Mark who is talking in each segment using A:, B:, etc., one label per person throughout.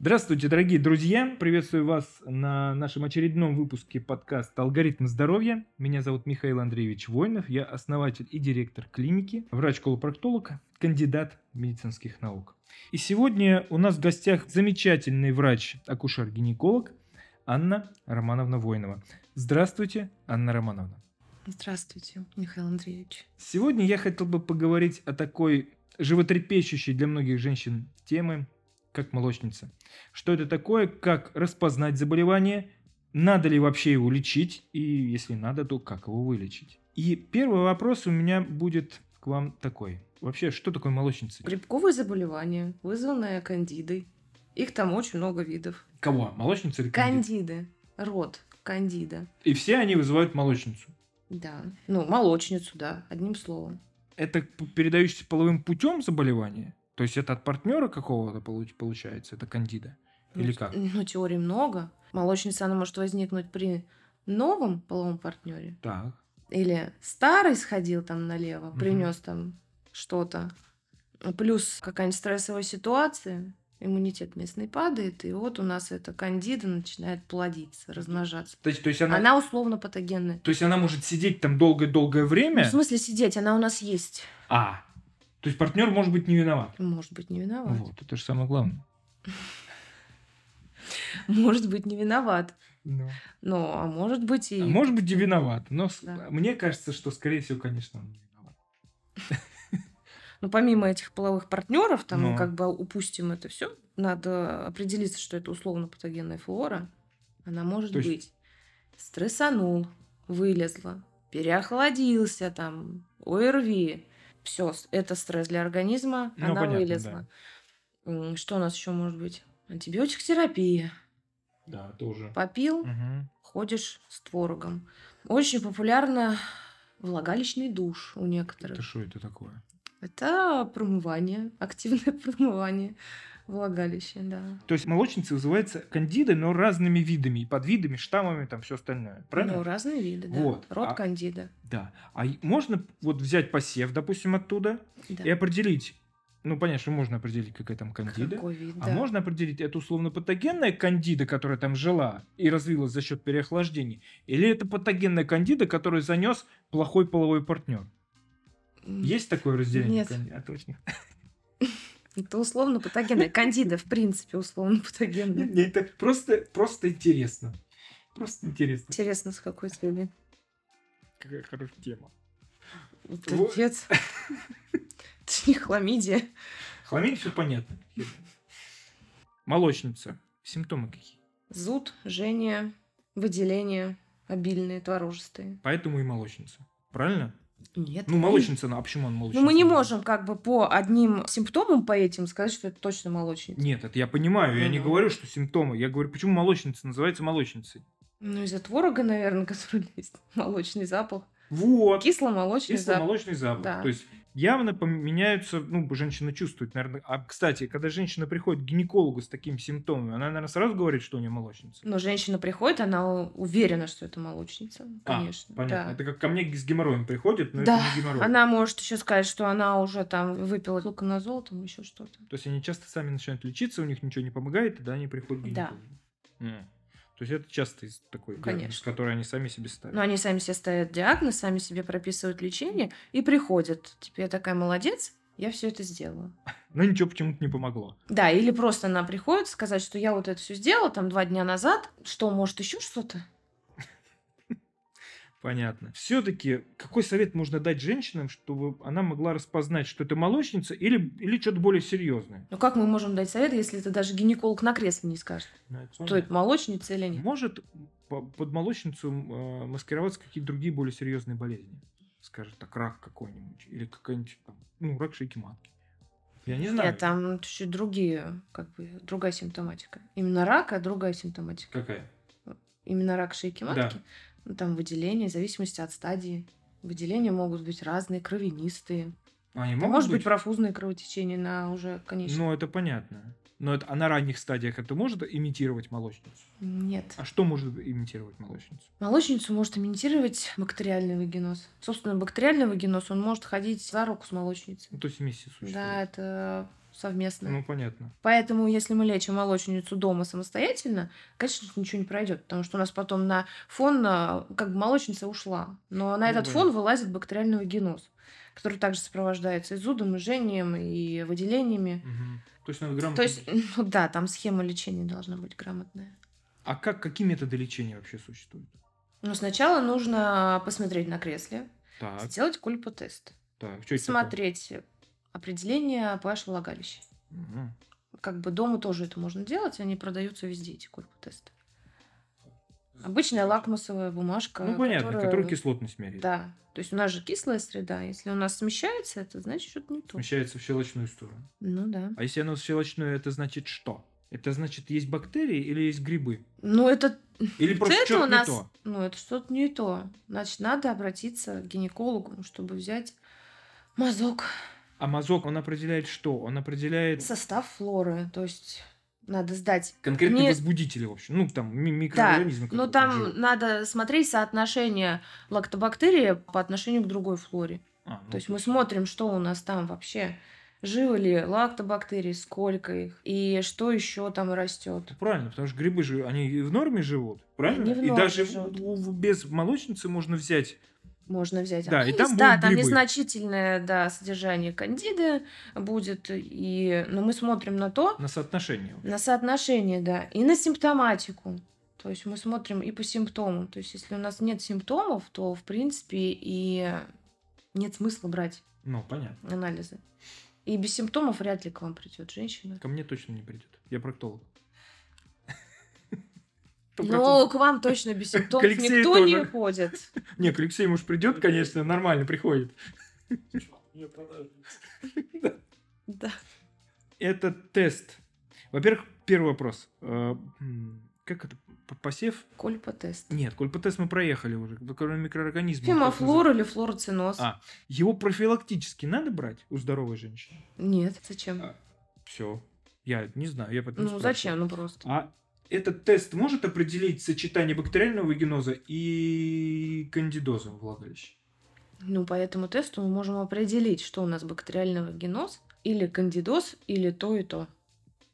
A: Здравствуйте, дорогие друзья! Приветствую вас на нашем очередном выпуске подкаста «Алгоритм здоровья». Меня зовут Михаил Андреевич Войнов, я основатель и директор клиники, врач-колопроктолог, кандидат медицинских наук. И сегодня у нас в гостях замечательный врач-акушер-гинеколог Анна Романовна Войнова. Здравствуйте, Анна Романовна.
B: Здравствуйте, Михаил Андреевич.
A: Сегодня я хотел бы поговорить о такой животрепещущей для многих женщин темы, как молочница. Что это такое, как распознать заболевание, надо ли вообще его лечить, и если надо, то как его вылечить. И первый вопрос у меня будет к вам такой. Вообще, что такое молочница?
B: Грибковое заболевание, вызванное кандидой. Их там очень много видов.
A: Кого? Молочница или кандид?
B: Кандиды. Род. Кандида.
A: И все они вызывают молочницу.
B: Да. Ну, молочницу, да, одним словом.
A: Это п- передающееся половым путем заболевание? То есть это от партнера какого-то получ- получается? Это кандида? Или
B: Ну,
A: как?
B: Ну, теорий много. Молочница, она может возникнуть при новом половом партнере.
A: Так.
B: Или старый сходил там налево,
A: Мгм.
B: принес там что-то. Плюс какая-нибудь стрессовая ситуация, иммунитет местный падает, и вот у нас эта кандида начинает плодиться, размножаться.
A: То есть, то есть она,
B: Она условно патогенная.
A: То есть она может сидеть там долгое-долгое
B: Ну,
A: время?
B: в смысле сидеть, она у нас есть.
A: А. То есть партнер может быть не виноват.
B: Может быть, не виноват.
A: Вот, это же самое главное.
B: Может быть, не виноват. Но, а может быть и...
A: А может быть и виноват, но с-
B: Да.
A: мне кажется, что скорее всего, конечно, он не виноват.
B: Ну, помимо этих половых партнеров, там
A: Ну.
B: мы как бы упустим это все. Надо определиться, что это условно-патогенная флора. Она может
A: То есть-
B: быть. Стрессанул, вылезла, переохладился там, ОРВИ. Все, это стресс для организма,
A: Ну,
B: она
A: понятно,
B: вылезла. М, Что у нас еще может быть? Антибиотикотерапия.
A: Да, тоже.
B: Попил,
A: Мгм.
B: ходишь с творогом. Очень популярно влагалищный душ у
A: Это
B: некоторых.
A: что это такое?
B: Это промывание, активное промывание влагалища, да.
A: То есть молочница вызывается кандидой, но разными видами, и подвидами, штаммами, там все остальное. Правильно?
B: Ну, разные виды, да.
A: Вот.
B: Род
A: А-
B: кандида.
A: Да. А и- можно вот взять посев, допустим, оттуда
B: Да.
A: и определить. Ну, понятно, что можно определить, какая там кандида.
B: Какой вид,
A: А
B: да.
A: можно определить, это условно патогенная кандида, которая там жила и развилась за счет переохлаждения, или это патогенная кандида, которую занес плохой половой партнер?
B: М,
A: Есть такое разделение?
B: Нет.
A: канди- А, точно.
B: Это условно патогенная. Кандида, в принципе, условно патогенная.
A: Мне это просто, просто интересно. Просто интересно.
B: Интересно, с какой целью.
A: Какая хорошая тема.
B: Вот
A: Вот.
B: отец. Это ж не хламидия.
A: Хламиде все понятно. Молочница. Симптомы какие?
B: Зуд, жжение, выделение обильные, творожистые.
A: Поэтому и молочница. Правильно?
B: Нет.
A: Ну, молочница, она- а почему она молочница?
B: Ну, мы не можем как бы по одним симптомам, по этим, сказать, что это точно молочница.
A: Нет, это я понимаю. Я не
B: Ну.
A: говорю, что симптомы. Я говорю, почему молочница называется молочницей.
B: Ну, из-за творога, наверное, который есть молочный запах.
A: Вот.
B: Кисломолочный запах.
A: Кисломолочный запах.
B: Да.
A: То есть явно поменяются, ну, женщина чувствует, наверное. А, кстати, когда женщина приходит к гинекологу с таким симптомом, она, наверное, сразу говорит, что у нее молочница.
B: Но женщина приходит, она у- уверена, что это молочница,
A: А,
B: конечно.
A: понятно.
B: да.
A: Это как ко мне с геморроем приходит, но
B: Да,
A: это не геморрой.
B: Она может еще сказать, что она уже там выпила луканозол, там еще что-то.
A: То есть они часто сами начинают лечиться, у них ничего не помогает, тогда они приходят к
B: Да.
A: гинекологу. М. То есть это часто из такой
B: Конечно. Ну, а
A: диагноз, который они сами себе ставят.
B: Но они сами себе ставят диагноз, сами себе прописывают лечение и приходят. Типа, я такая молодец, я все это сделала.
A: Но ничего почему-то не помогло.
B: Да, или просто она приходит сказать, что я вот это все сделала там два дня назад. Что, может, еще что-то?
A: Понятно. Все-таки какой совет можно дать женщинам, чтобы она могла распознать, что это молочница или, или что-то более серьезное?
B: Ну как мы можем дать совет, если это даже гинеколог на кресле не скажет,
A: Ну, это
B: что это молочница или нет?
A: Может по- под молочницу э, маскироваться какие-то другие более серьезные болезни? Скажем так, рак какой-нибудь. Или какой-нибудь, там, ну, рак шейки матки. Я Ну, не знаю.
B: Нет, там чуть-чуть другие, как бы, другая симптоматика. Именно рак, а другая симптоматика.
A: Какая?
B: Именно рак шейки
A: Да.
B: матки, ну, там выделение, в зависимости от стадии. Выделения могут быть разные, кровянистые.
A: Они
B: Там
A: могут
B: может быть профузное кровотечение на уже конечном.
A: Ну, это понятно. Но это, а на ранних стадиях это может имитировать молочницу?
B: Нет.
A: А что может имитировать молочницу?
B: Молочницу может имитировать бактериальный вагиноз. Собственно, бактериальный вагиноз, он может ходить за руку с молочницей.
A: Ну, то есть вместе существует.
B: Да, это совместно.
A: Ну, понятно.
B: Поэтому, если мы лечим молочницу дома самостоятельно, конечно, ничего не пройдет, потому что у нас потом на фон, а, как бы молочница ушла, но
A: Ну
B: на этот
A: да.
B: фон вылазит бактериальный геноз, который также сопровождается и зудом, и жжением, и выделениями.
A: Мгм. То есть надо грамотно.
B: То есть, ну да, там схема лечения должна быть грамотная.
A: А как, какие методы лечения вообще существуют?
B: Но сначала нужно посмотреть на кресле,
A: Так,
B: сделать кульпотест,
A: так. Что это
B: смотреть определение pH влагалища.
A: такое? Мгм. Ну,
B: как бы дома тоже это можно делать, они продаются везде, эти кульпотесты. Обычная лакмусовая бумажка.
A: Ну, понятно,
B: которая-
A: который кислотность меряет.
B: Да. То есть у нас же кислая среда. Если у нас смещается, это значит что-то не то.
A: Смещается в щелочную сторону.
B: Ну да.
A: А если оно щелочное, это значит что? Это значит, есть бактерии или есть грибы?
B: Ну это,
A: Или просто
B: это у
A: что-то не
B: нас,
A: то?
B: ну это что-то не то. Значит, надо обратиться к гинекологу, чтобы взять мазок,
A: А мазок, он определяет что? Он определяет
B: состав флоры. То есть надо сдать
A: конкретные
B: не-
A: возбудители, в общем. Ну, там, ми- микроорганизмы.
B: Но
A: какой-то,
B: там
A: живут.
B: надо смотреть соотношение лактобактерии по отношению к другой флоре.
A: А, ну,
B: То есть мы смотрим, что у нас там вообще. Живы ли лактобактерии, сколько их, и что еще там растет.
A: Ну, Правильно, потому что грибы же, они и в норме живут, правильно?
B: Они в
A: и
B: норме
A: даже
B: живут.
A: у- у- без молочницы можно взять.
B: Можно взять
A: Да, и
B: анализ.
A: там
B: да,
A: будут
B: там
A: грибы.
B: незначительное да, содержание кандиды будет, и... но мы смотрим на то,
A: На соотношение.
B: на соотношение, да, и на симптоматику. То есть мы смотрим и по симптомам. То есть если у нас нет симптомов, то, в принципе, и нет смысла брать
A: Ну, понятно.
B: анализы. И без симптомов вряд ли к вам придет женщина.
A: Ко мне точно не придет. Я проктолог.
B: Но к вам точно без симптомов
A: Алексею
B: никто не
A: тоже.
B: ходит.
A: Не, к Алексею уж придет, конечно, нормально приходит.
B: Да.
A: Это тест. Во-первых, первый вопрос. Э, м, Как это? П- Посев?
B: Кольпотест.
A: Нет, тест мы проехали уже. Кроме микроорганизмов. Ну, как называется?
B: Фемофлор или флороциноз?
A: А. Его профилактически надо брать у здоровой женщины?
B: Нет, зачем?
A: А, Все. Я не знаю, я поэтому
B: Ну,
A: спрашиваю.
B: зачем? Ну, просто.
A: А этот тест может определить сочетание бактериального геноза и кандидоза влагалища?
B: Ну, по этому тесту мы можем определить, что у нас бактериального геноз или кандидоз, или то и то.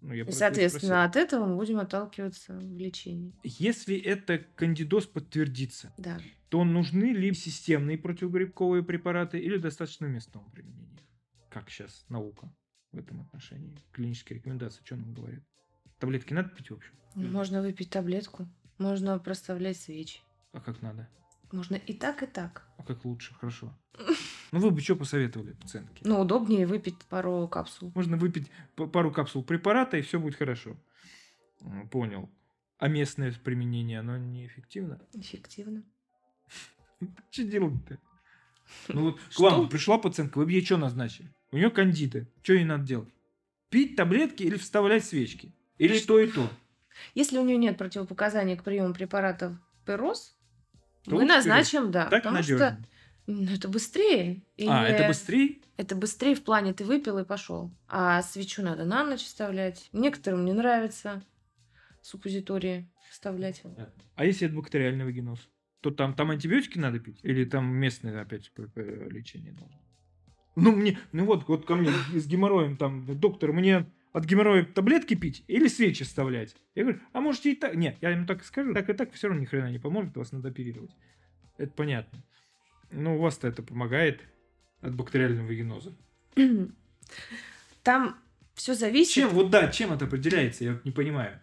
A: Ну, я
B: И,
A: про это и
B: соответственно, от этого мы будем отталкиваться в лечении.
A: спросил. Если это кандидоз подтвердится,
B: Да.
A: то нужны ли системные противогрибковые препараты или достаточно местного применения? Как сейчас наука в этом отношении? Клинические рекомендации, что нам говорят? Таблетки надо пить, в общем?
B: Ну, Можно выпить таблетку, можно проставлять свечи.
A: А как надо?
B: Можно и так, и так.
A: А как лучше? Хорошо. Ну, вы бы что посоветовали пациентке?
B: Но удобнее выпить пару капсул.
A: Можно выпить п- пару капсул препарата, и все будет хорошо. М, Понял. А местное применение, оно неэффективно?
B: Эффективно.
A: Что делать-то? Ну вот к вам
B: Что?
A: пришла пациентка, вы бы ей что назначили? У нее кандида. Что ей надо делать? Пить таблетки или вставлять свечки? Или то и то?
B: Если у нее нет противопоказаний к приему препаратов пирос,
A: То
B: мы
A: лучше
B: назначим, да.
A: Так
B: А, потому что
A: надежно.
B: Ну, это быстрее.
A: А,
B: И, э,
A: это быстрее?
B: Это быстрее в плане ты выпил и пошел. А свечу надо на ночь вставлять. Некоторым не нравится суппозитории вставлять.
A: А если это бактериальный геноз? То там, там антибиотики надо пить? Или там местное опять э, э, лечение должно? Ну, мне, ну вот, вот ко мне с геморроем там, доктор, мне от геморроя таблетки пить или свечи вставлять? Я говорю, а можете и так. Нет, я ему так и скажу, так и так все равно ни хрена не поможет, вас надо оперировать. Это понятно. Ну, у вас-то это помогает от бактериального геноза.
B: Там все зависит.
A: Чем, вот да, чем это определяется, я вот не понимаю.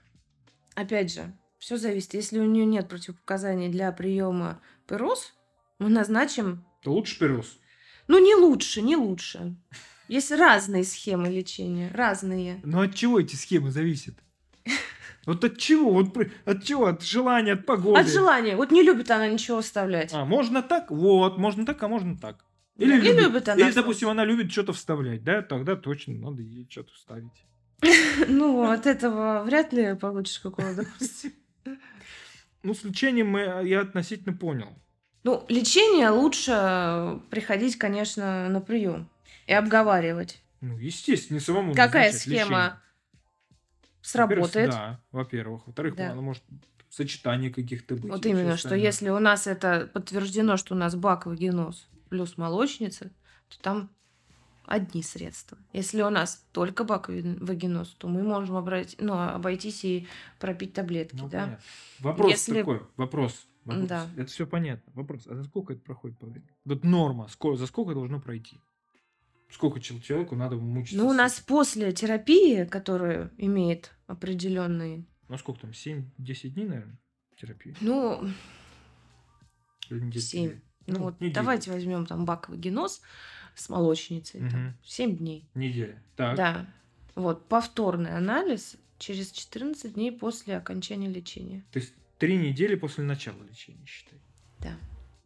B: Опять же, все зависит. Если у нее нет противопоказаний для приема пирос, мы назначим.
A: То лучше пирос.
B: Ну, не лучше, не лучше. Есть разные схемы лечения, разные.
A: Но Ну, от чего эти схемы зависят? Вот от чего? Вот при- от чего? От желания, от погоды.
B: От желания. Вот не любит она ничего вставлять.
A: А, можно так? Вот, можно так, а можно так. Или,
B: Не
A: любит,
B: любит она
A: Или,
B: что-то.
A: допустим, она любит что-то вставлять, да? Тогда точно надо ей что-то вставить.
B: Ну, от этого вряд ли получишь какого удовольствия.
A: Ну, с лечением мы- я относительно понял.
B: Ну, лечение лучше приходить, конечно, на прием и обговаривать.
A: Ну, естественно, не самому
B: Какая
A: назначать
B: схема
A: лечение. Во-первых,
B: сработает?
A: Да, во-первых. Во-вторых,
B: Да.
A: оно может сочетание каких-то быть.
B: Вот
A: и всё
B: именно, что
A: остальное.
B: если у нас это подтверждено, что у нас баковый геноз плюс молочница, то там одни средства. Если у нас только баковагиноз, то мы можем обрать, ну, обойтись и пропить таблетки,
A: Ну,
B: да?
A: понятно. Вопрос
B: Если-
A: такой, вопрос. вопрос.
B: Да.
A: Это все понятно. Вопрос, а за сколько это проходит по времени? Вот норма, ско- за сколько должно пройти? Сколько чел- человеку надо мучиться?
B: Ну, у
A: с
B: нас
A: этим?
B: после терапии, которая имеет определенный,
A: Ну, сколько там, 7-10 дней, наверное, терапии?
B: ну,
A: Или недель
B: Семь.
A: две?
B: ну, вот
A: неделя.
B: давайте возьмем там баковагиноз с молочницей,
A: Мгм.
B: там, 7 дней.
A: Неделя. Так.
B: Да. Вот, повторный анализ через 14 дней после окончания лечения.
A: То есть три недели после начала лечения, считай.
B: Да.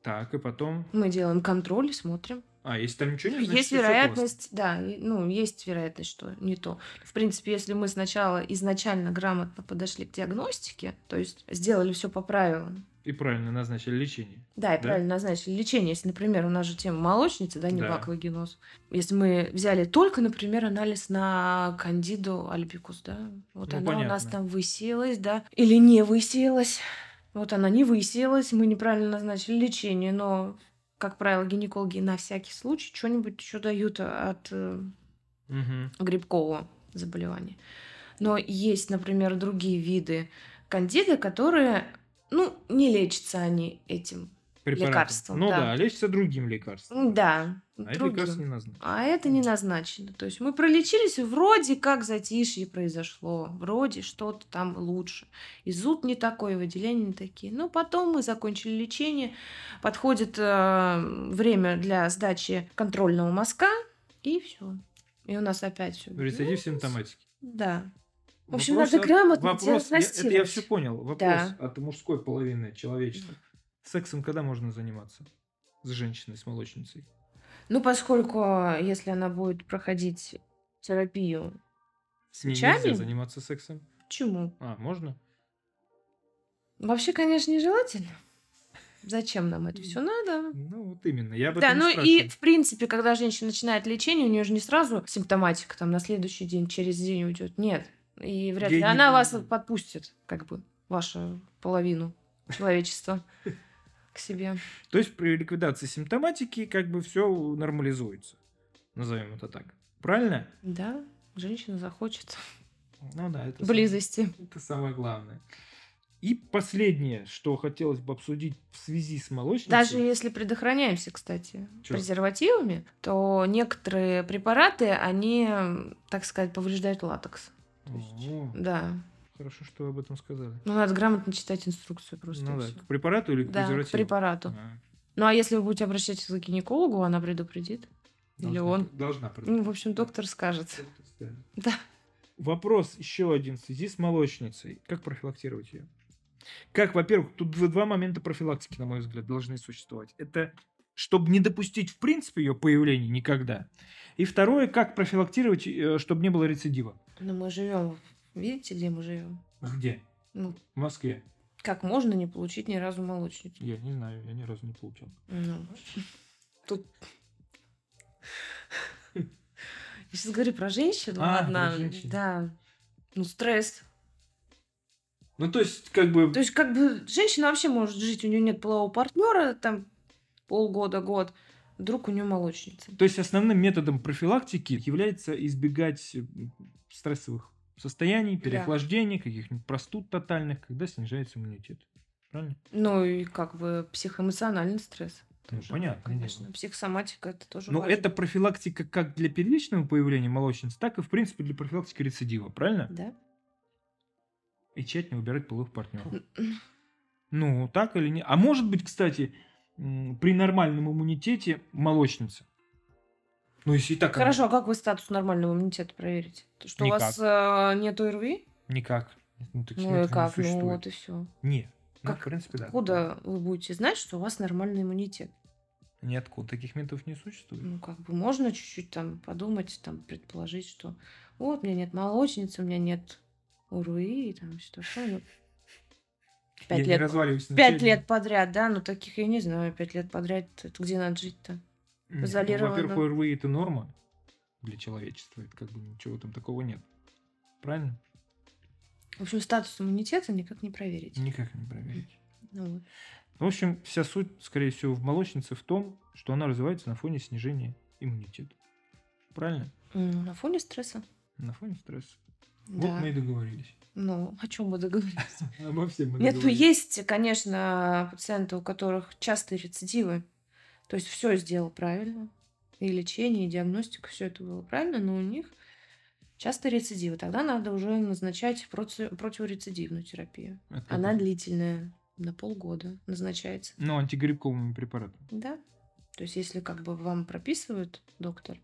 A: Так, и потом...
B: Мы делаем контроль и смотрим.
A: А, если там ничего нет, значит,
B: есть
A: ты согласна.
B: вероятность, да, и- ну, есть вероятность, что не то. В принципе, если мы сначала изначально грамотно подошли к диагностике, то есть сделали все по правилам,
A: И правильно назначили лечение.
B: да, и
A: Да.
B: правильно назначили лечение. Если, например, у нас же тема молочницы, да, не
A: Да.
B: баковогеноз. Если мы взяли только, например, анализ на кандиду альбикус, да, вот
A: Ну,
B: она у нас
A: понятно.
B: там высеялась, да, или не высеялась. Вот она не высеялась, мы неправильно назначили лечение, но, как правило, гинекологи на всякий случай что-нибудь еще дают от э,
A: Мгм.
B: грибкового заболевания. Но есть, например, другие виды кандиды, которые, ну, не лечатся они этим.
A: Препаратом.
B: Лекарством,
A: Ну
B: да.
A: да, лечится другим лекарством.
B: Да,
A: А это
B: другим.
A: лекарство не назначено.
B: А это не назначено. То есть мы пролечились, и вроде как затишье произошло, вроде что-то там лучше. И зуд не такой, и выделения не такие. Но потом мы закончили лечение, подходит э, время для сдачи контрольного мазка, и все. И у нас опять все.
A: Рецидив симптоматики.
B: Да. В общем,
A: Вопрос
B: надо
A: от-
B: грамотно
A: вопрос, я, это я
B: диагностировать.
A: все понял. Вопрос
B: Да.
A: от мужской половины человечества. Сексом когда можно заниматься? С женщиной, с молочницей.
B: Ну, поскольку, э, если она будет проходить терапию,
A: С ней
B: Свечами?
A: нельзя заниматься сексом.
B: почему?
A: А, можно?
B: Вообще, конечно, нежелательно. Зачем нам это все надо?
A: Ну, вот именно. Я об
B: Да,
A: этом
B: ну
A: спрашиваю.
B: и в принципе, когда женщина начинает лечение, у нее же не сразу симптоматика там на следующий день, через день уйдет. Нет. И вряд
A: Я
B: ли
A: не
B: она вас
A: понимаю.
B: подпустит, как бы, вашу половину человечества к себе.
A: То есть при ликвидации симптоматики как бы все нормализуется. Назовем это так. Правильно?
B: Да, женщина захочет
A: Ну да, это
B: близости.
A: самое- это самое главное. И последнее, что хотелось бы обсудить в связи с молочницей.
B: Даже если предохраняемся, кстати,
A: Чё?
B: презервативами, то некоторые препараты, они, так сказать, повреждают латекс.
A: О,
B: Да.
A: хорошо, что вы об этом сказали.
B: Ну, надо грамотно читать инструкцию просто. и
A: Ну да,
B: всё.
A: к препарату или к
B: Да, к
A: презервативу?
B: препарату.
A: А,
B: Ну, а если вы будете обращаться к гинекологу, она предупредит. Или
A: должна-
B: он.
A: Должна
B: Ну, в общем, доктор скажет. Да.
A: Вопрос еще один в связи с молочницей. Как профилактировать ее? Как, во-первых, тут два- два момента профилактики, на мой взгляд, должны существовать. Это чтобы не допустить, в принципе, ее появления никогда. И второе, как профилактировать, э, чтобы не было рецидива.
B: Но Ну, мы живем. Видите, где мы живем?
A: Где?
B: Ну,
A: В Москве.
B: как можно не получить ни разу молочницу?
A: Я не знаю, я ни разу не получал.
B: Ну, тут... Я сейчас говорю про женщину,
A: А,
B: ладно.
A: про женщин.
B: Да. Ну, стресс.
A: Ну, то есть, как бы...
B: То есть, как бы, женщина вообще может жить, у нее нет полового партнера, там, полгода, год. Вдруг у нее молочница.
A: То есть основным методом профилактики является избегать э, стрессовых состояний, переохлаждений, каких-нибудь простуд тотальных, когда снижается иммунитет. Правильно?
B: Ну, и как бы психоэмоциональный стресс.
A: Ну,
B: тоже,
A: понятно.
B: Конечно, психосоматика это тоже
A: Но
B: важно.
A: это профилактика как для первичного появления молочниц, так и, в принципе, для профилактики рецидива, правильно?
B: Да?
A: И тщательно выбирать половых партнеров.
B: М,
A: Ну, так или не. А может быть, кстати, м, при нормальном иммунитете молочница. Ну, если и так... она-
B: Хорошо, а как вы статус нормального иммунитета проверите? То, Что
A: Никак.
B: у вас э, нет РВИ?
A: Никак. Ну, таких
B: Ну и
A: методов не
B: как? Ну
A: существует.
B: вот и все.
A: Не. Ну,
B: Как-
A: в принципе, да.
B: Откуда вы будете знать, что у вас нормальный иммунитет?
A: Ниоткуда таких методов не существует.
B: Ну, как бы можно чуть-чуть там подумать, там предположить, что вот у меня нет молочницы, у меня нет УРВИ и там все такое. Ну,
A: я
B: Пять
A: не
B: лет,
A: разваливаюсь на
B: пять
A: теме.
B: лет подряд, да, но таких я не знаю. Пять лет подряд, это где надо жить-то?
A: Нет, ну,
B: изолировано.
A: во-первых, ОРВИ это норма для человечества. Это как бы ничего там такого нет. Правильно?
B: В общем, статус иммунитета никак не проверить.
A: Никак не проверить.
B: Ну, вот.
A: В общем, вся суть, скорее всего, в молочнице в том, что она развивается на фоне снижения иммунитета. правильно?
B: М, На фоне стресса.
A: На фоне стресса. Вот
B: Да.
A: мы и договорились.
B: Ну, о чем мы договорились?
A: Обо всем мы
B: Нет, ну
A: договорились.
B: есть, конечно, пациенты, у которых частые рецидивы. То есть все сделал правильно. И лечение, и диагностика, все это было правильно, но у них частые рецидивы. Тогда надо уже назначать проци- противорецидивную терапию.
A: Это как
B: Она
A: это?
B: длительная, на полгода назначается.
A: Ну, антигрибковыми препаратами.
B: Да. То есть, если как бы вам прописывают доктор,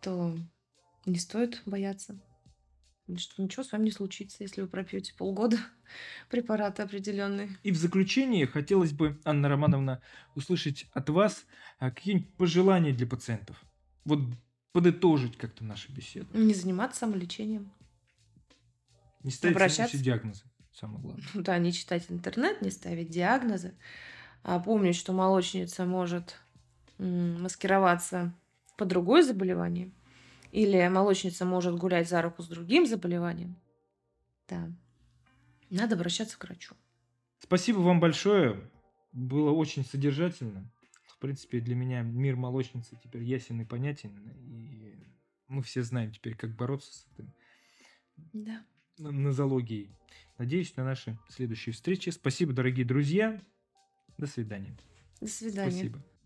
B: то не стоит бояться. Потому что ничего с вами не случится, если вы пропьете полгода препараты определенные.
A: И в заключение хотелось бы, Анна Романовна, услышать от вас а, какие-нибудь пожелания для пациентов. Вот подытожить как-то нашу беседу.
B: Не заниматься самолечением.
A: Не ставить
B: Обращаться.
A: все диагнозы, самое главное.
B: Ну Да, не читать интернет, не ставить диагнозы. А помнить, что молочница может м, маскироваться под другое заболевание. Или молочница может гулять за руку с другим заболеванием. Да. Надо обращаться к врачу.
A: Спасибо вам большое. Было очень содержательно. В принципе, для меня мир молочницы теперь ясен и понятен. И мы все знаем теперь, как бороться с этой
B: Да.
A: нозологией. Надеюсь на наши следующие встречи. Спасибо, дорогие друзья. До свидания.
B: До свидания.
A: Спасибо.